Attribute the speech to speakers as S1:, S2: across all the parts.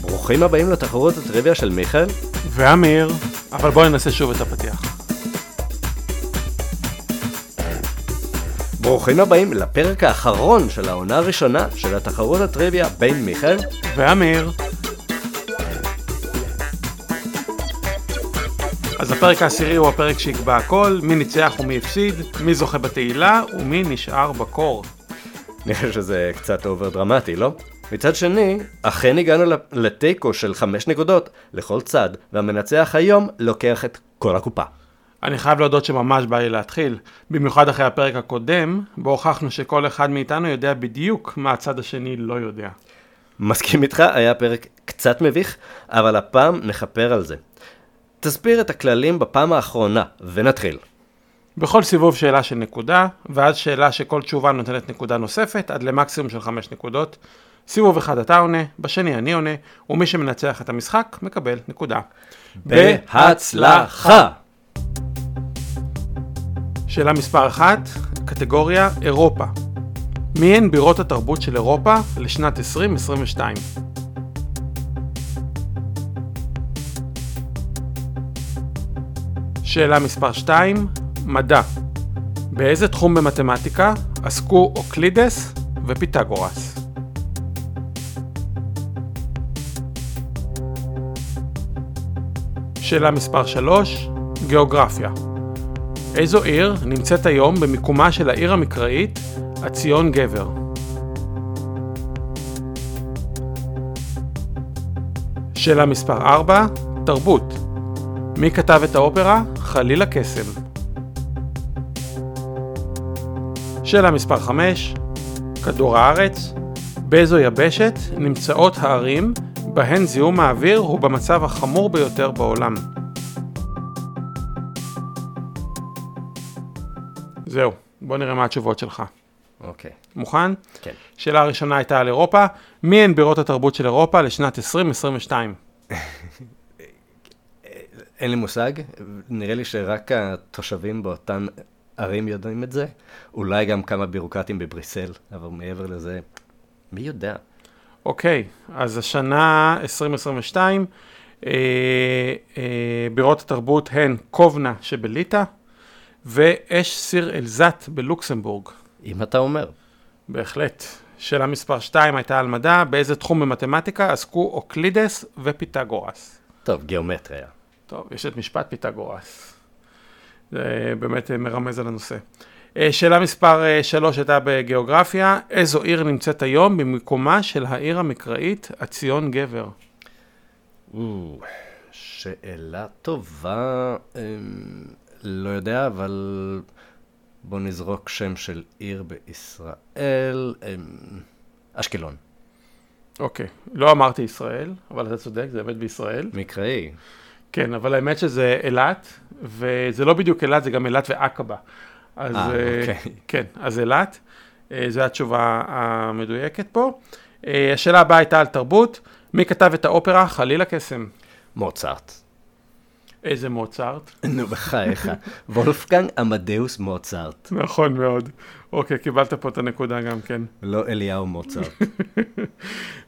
S1: ברוכים הבאים לתחרות הטריוויה של מיכאל.
S2: ואמיר, אבל בואו ננסה שוב את הפתיח.
S1: ברוכים הבאים לפרק האחרון של העונה הראשונה של התחרות הטריוויה בין מיכאל.
S2: ואמיר. אז הפרק העשירי הוא הפרק שיקבע הכל, מי ניצח ומי הפסיד, מי זוכה בתהילה ומי נשאר בקור.
S1: נראה שזה קצת אובר דרמטי, לא? מצד שני, אכן הגענו ל- לתיקו של חמש נקודות לכל צד, והמנצח היום לוקח את כל הקופה.
S2: אני חייב להודות שממש בא לי להתחיל, במיוחד אחרי הפרק הקודם, בו הוכחנו שכל אחד מאיתנו יודע בדיוק מה הצד השני לא יודע.
S1: מסכים איתך, היה פרק קצת מביך, אבל הפעם נכפר על זה. תסביר את הכללים בפעם האחרונה, ונתחיל.
S2: בכל סיבוב שאלה של נקודה, ואז שאלה שכל תשובה נותנת נקודה נוספת, עד למקסימום של 5 נקודות. סיבוב אחד אתה עונה, בשני אני עונה, ומי שמנצח את המשחק מקבל נקודה.
S1: בהצלחה!
S2: שאלה מספר 1, קטגוריה אירופה. מי הן בירות התרבות של אירופה לשנת 2022? שאלה מספר 2, מדע. באיזה תחום במתמטיקה עסקו אוקלידס ופיתגורס? שאלה מספר 3, גיאוגרפיה. איזו עיר נמצאת היום במיקומה של העיר המקראית הציון גבר? שאלה מספר 4, תרבות. מי כתב את האופרה חליל הקסם? שאלה מספר 5, כדור הארץ. באיזו יבשת נמצאות הערים בהן זיהום האוויר הוא במצב החמור ביותר בעולם? זהו, בוא נראה מה התשובות שלך.
S1: אוקיי,
S2: מוכן?
S1: כן.
S2: שאלה הראשונה הייתה על אירופה, מי הן בירות התרבות של אירופה לשנת 2022?
S1: אין לי מושג, נראה לי שרק התושבים באותן ערים יודעים את זה, אולי גם כמה בירוקרטים בבריסל, אבל מעבר לזה, מי יודע?
S2: אוקיי, אז השנה 2022, אה, אה, בירות התרבות הן קובנה שבליטא, ואש סיר אלזת בלוקסמבורג.
S1: אם אתה אומר.
S2: בהחלט. שאלה מספר 2 הייתה על מדע, באיזה תחום במתמטיקה עסקו אוקלידס ופיתגורס?
S1: טוב, גיאומטריה.
S2: טוב, יש את משפט פיתגורס. זה באמת אה, מרמז על הנושא. אה, שאלה מספר 3 הייתה בגיאוגרפיה, איזו עיר נמצאת היום במקומה של העיר המקראית הציון גבר?
S1: או, שאלה טובה, אמ, לא יודע, אבל בוא נזרוק שם של עיר בישראל, אמ, אשקלון,
S2: אוקיי, לא אמרתי ישראל, אבל אתה צודק, זה באמת בישראל.
S1: מקראי.
S2: כן, אבל האמת שזה אילת, וזה לא בדיוק אילת, זה גם אילת ועקבה. אז
S1: אה,
S2: אה,
S1: אוקיי.
S2: כן, אז אילת, אה, זו התשובה המדויקת פה. אה, השאלה הבאה הייתה על תרבות, מי כתב את האופרה חליל הקסם?
S1: מוצרט.
S2: איזה מוצרט.
S1: נו, בחייך. וולפגנג עמדאוס מוצרט,
S2: נכון מאוד. אוקיי, קיבלת פה את הנקודה גם כן.
S1: לא אליהו מוצרט.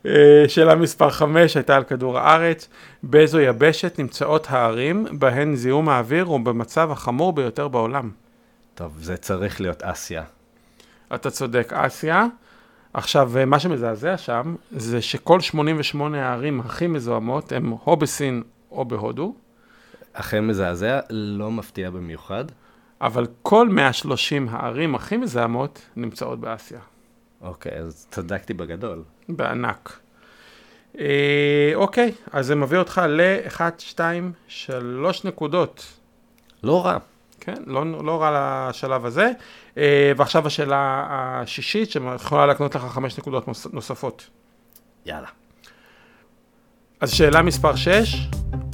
S2: אה, שאלה מספר 5 הייתה על כדור הארץ, באיזו יבשת נמצאות הערים בהן זיהום האוויר הוא במצב החמור ביותר בעולם?
S1: טוב, זה צריך להיות אסיה.
S2: אתה צודק, אסיה. עכשיו, אה, מה שמזעזע שם, זה שכל 88 הערים הכי מזוהמות הם או בסין או בהודו,
S1: אכן מזעזע, לא מפתיע במיוחד.
S2: אבל כל 130 הערים הכי מזהמות נמצאות באסיה.
S1: אוקיי, אז צדקתי בגדול.
S2: בענק. אה, אוקיי, אז זה מביא אותך ל-1, 2, 3 נקודות.
S1: לא רע.
S2: כן, לא, לא רע לשלב הזה. אה, ועכשיו השאלה השישית, שיכולה להקנות לך 5 נקודות נוס- נוספות.
S1: יאללה.
S2: אז שאלה מספר 6,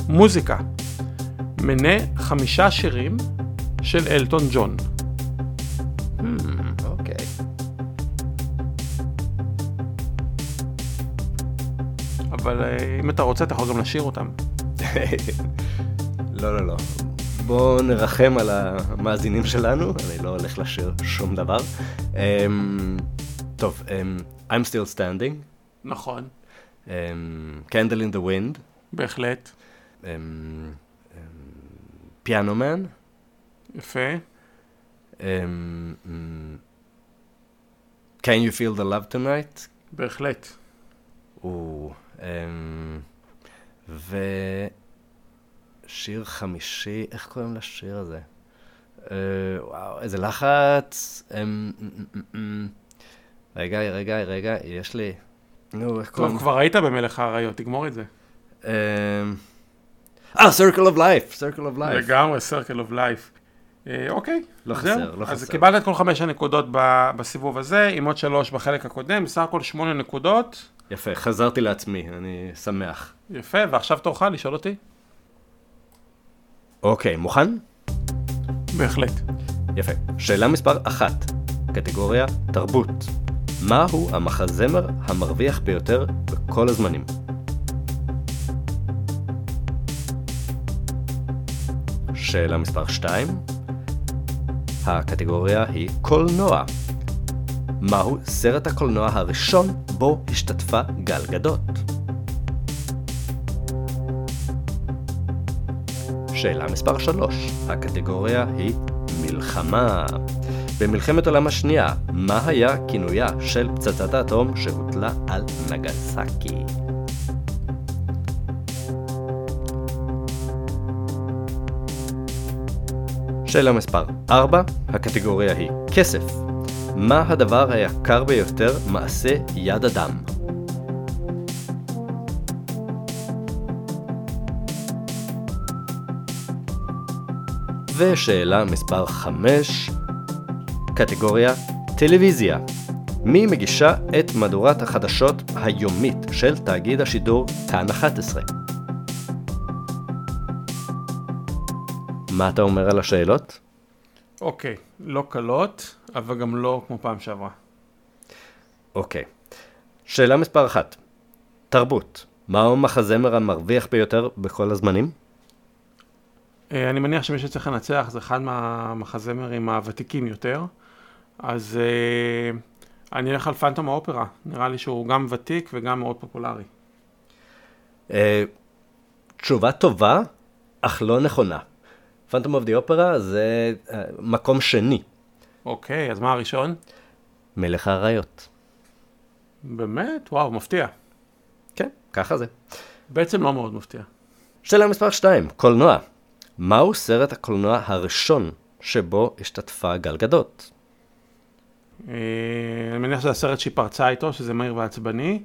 S2: מוזיקה. מנה חמישה שירים של אלטון ג'ון.
S1: אוקיי.
S2: אבל אה, אם אתה רוצה, אתה יכול גם לשיר אותם.
S1: לא, לא, לא. בואו נרחם על המאזינים שלנו, אני לא הולך לשיר שום דבר. אמ, טוב, אמ, I'm still standing,
S2: נכון.
S1: אמ, Candle in the Wind, אמ,
S2: בהחלט.
S1: פיאנומן,
S2: יפה.
S1: Um, mm, Can You Feel the Love Tonight,
S2: בהחלט.
S1: הוא... אמ, ושיר חמישי, איך קוראים לשיר הזה? אה, וואו, איזה לחץ. אמ, אמ, אמ, אמ. רגע, רגע, רגע, יש לי... נו, איך קוראים?
S2: טוב, כבר היית במלך האריות, תגמור את זה.
S1: אמ, אה, Circle of Life, Circle of Life.
S2: לגמרי, Circle of Life. אה, אוקיי,
S1: לא
S2: זהו.
S1: חסר, לא
S2: אז
S1: חסר.
S2: קיבלת את כל חמש הנקודות ב- בסיבוב הזה, עם עוד שלוש בחלק הקודם, בסך הכל שמונה נקודות.
S1: יפה, חזרתי לעצמי, אני שמח.
S2: יפה, ועכשיו תורך לשאול אותי?
S1: אוקיי, מוכן?
S2: בהחלט.
S1: יפה. שאלה מספר אחת, קטגוריה תרבות. מהו המחזמר המרוויח ביותר בכל הזמנים? שאלה מספר 2, הקטגוריה היא קולנוע. מהו סרט הקולנוע הראשון בו השתתפה גל גדות? שאלה מספר 3, הקטגוריה היא מלחמה. במלחמת העולם השנייה, מה היה כינויה של פצצת האטום שהוטלה על נגסקי? שאלה מספר 4, הקטגוריה היא כסף. מה הדבר היקר ביותר מעשה יד אדם? ושאלה מספר 5, קטגוריה טלוויזיה. מי מגישה את מהדורת החדשות היומית של תאגיד השידור כאן 11? מה אתה אומר על השאלות?
S2: אוקיי, לא קלות, אבל גם לא כמו פעם שעברה.
S1: אוקיי. שאלה מספר 1. תרבות. מהו המחזמר המרוויח ביותר בכל הזמנים?
S2: אה, אני מניח שמי שצריך לנצח זה אחד מהמחזמרים הוותיקים יותר, אז אה, אני אלך על פנטום האופרה, נראה לי שהוא גם ותיק וגם מאוד פופולרי.
S1: אה, תשובה טובה, אך לא נכונה. פנטום אוף די אופרה זה אה, מקום שני.
S2: אוקיי, אז מה הראשון?
S1: מלך האריות.
S2: באמת? וואו, מפתיע.
S1: כן, ככה זה.
S2: בעצם לא מאוד מפתיע.
S1: שאלה מספר 2, קולנוע. מהו סרט הקולנוע הראשון שבו השתתפה גל גדות?
S2: אה, אני מניח שזה הסרט שהיא פרצה איתו, שזה מהיר ועצבני,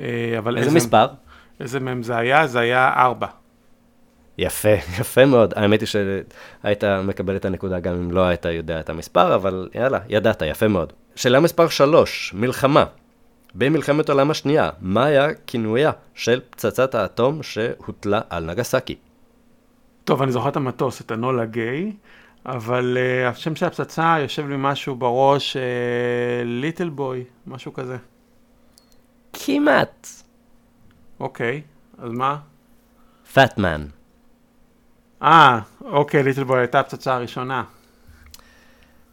S2: אה, אבל
S1: איזה מספר?
S2: איזה מהם זה היה? זה היה ארבע.
S1: יפה, יפה מאוד. האמת היא שהיית מקבל את הנקודה גם אם לא היית יודע את המספר, אבל יאללה, ידעת, יפה מאוד. שאלה מספר 3, מלחמה. במלחמת העולם השנייה, מה היה כינויה של פצצת האטום שהוטלה על נגסקי?
S2: טוב, אני זוכר את המטוס, את הנולה גיי, אבל uh, השם של הפצצה יושב לי משהו בראש, ליטל uh, בוי, משהו כזה.
S1: כמעט.
S2: אוקיי, אז מה?
S1: פאטמן.
S2: אה, אוקיי, ליטל בוי הייתה הפצצה הראשונה.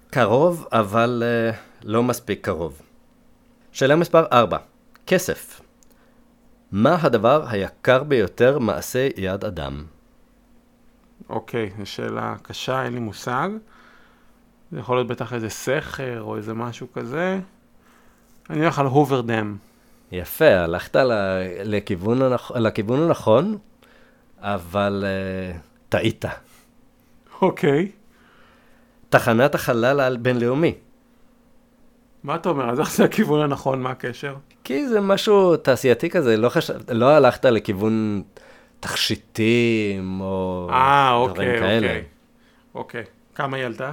S1: קרוב, אבל uh, לא מספיק קרוב. שאלה מספר 4, כסף. מה הדבר היקר ביותר מעשה יד אדם?
S2: אוקיי, זו שאלה קשה, אין לי מושג. זה יכול להיות בטח איזה סכר או איזה משהו כזה. אני הולך על הוברדם.
S1: יפה, הלכת ל- לכיוון, הנכ... לכיוון הנכון, אבל uh, טעית.
S2: אוקיי.
S1: תחנת החלל הבינלאומי,
S2: מה אתה אומר? אז איך זה הכיוון הנכון? מה הקשר?
S1: כי זה משהו תעשייתי כזה, לא, חש... לא הלכת לכיוון תכשיטים או
S2: אה,
S1: דברים
S2: אוקיי,
S1: כאלה.
S2: אוקיי. אוקיי. כמה היא עלתה?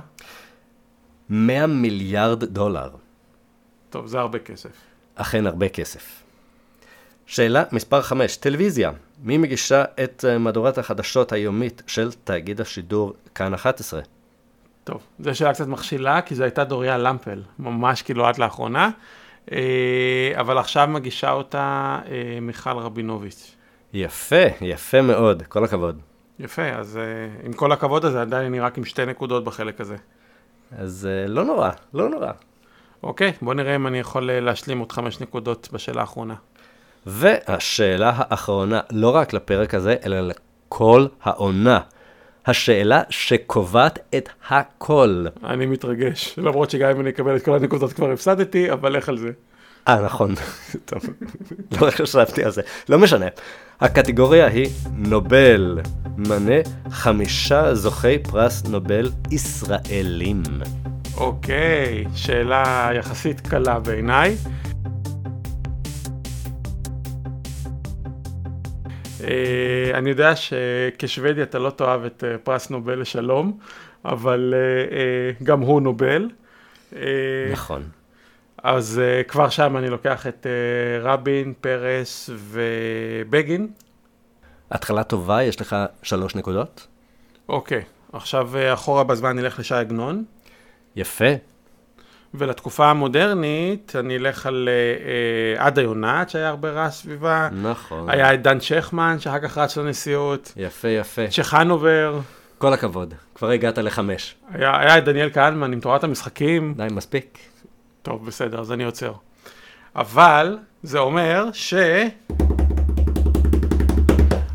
S1: 100 מיליארד דולר.
S2: טוב, זה הרבה כסף.
S1: אכן הרבה כסף. שאלה מספר 5, טלוויזיה. מי מגישה את אה, מהדורת החדשות היומית של תאגיד השידור כאן 11?
S2: טוב, זו שאלה קצת מכשילה, כי זו הייתה דוריה למפל, ממש כאילו עד לאחרונה, אה, אבל עכשיו מגישה אותה אה, מיכל רבינוביץ'.
S1: יפה, יפה מאוד, כל הכבוד.
S2: יפה, אז אה, עם כל הכבוד הזה, עדיין אני רק עם שתי נקודות בחלק הזה.
S1: אז אה, לא נורא, לא נורא.
S2: אוקיי, בוא נראה אם אני יכול אה, להשלים עוד חמש נקודות בשאלה האחרונה.
S1: והשאלה האחרונה, לא רק לפרק הזה, אלא לכל העונה. השאלה שקובעת את הכל.
S2: אני מתרגש, למרות שגם אם אני אקבל את כל הנקודות כבר הפסדתי, אבל לך על זה.
S1: אה, נכון. טוב, לא חשבתי על זה. לא משנה. הקטגוריה היא נובל. מנה חמישה זוכי פרס נובל ישראלים.
S2: אוקיי, שאלה יחסית קלה בעיניי. אה, אני יודע שכשוודי אתה לא תאהב את אה, פרס נובל לשלום, אבל אה, אה, גם הוא נובל. אה,
S1: נכון.
S2: אז uh, כבר שם אני לוקח את uh, רבין, פרס ובגין.
S1: התחלה טובה, יש לך שלוש נקודות.
S2: אוקיי, עכשיו uh, אחורה בזמן נלך לשי עגנון,
S1: יפה.
S2: ולתקופה המודרנית אני אלך על uh, uh, עדה יונת, שהיה הרבה רעש סביבה,
S1: נכון.
S2: היה את דן שכמן, שאחר כך רץ לנשיאות,
S1: יפה, יפה.
S2: צ'חנובר,
S1: כל הכבוד, כבר הגעת לחמש.
S2: היה, היה את דניאל כהנמן עם תורת המשחקים.
S1: די, מספיק.
S2: טוב, בסדר, אז אני עוצר. אבל זה אומר ש...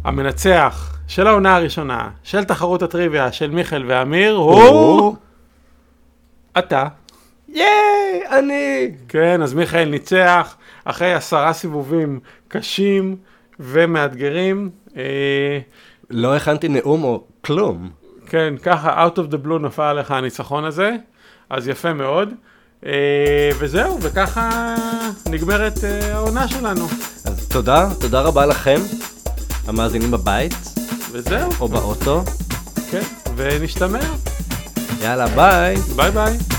S2: המנצח של העונה הראשונה, של תחרות הטריוויה, של מיכאל ואמיר, הוא... אתה.
S1: ייי, אני!
S2: כן, אז מיכאל ניצח אחרי עשרה סיבובים קשים ומאתגרים. אה,
S1: לא הכנתי נאום או כלום.
S2: כן, ככה, out of the blue נפל עליך הניצחון הזה, אז יפה מאוד. אה, וזהו, וככה נגמרת אה, העונה שלנו.
S1: אז תודה, תודה רבה לכם, המאזינים בבית
S2: וזהו,
S1: או באוטו.
S2: כן, ונשתמע.
S1: יאללה, ביי!
S2: ביי ביי.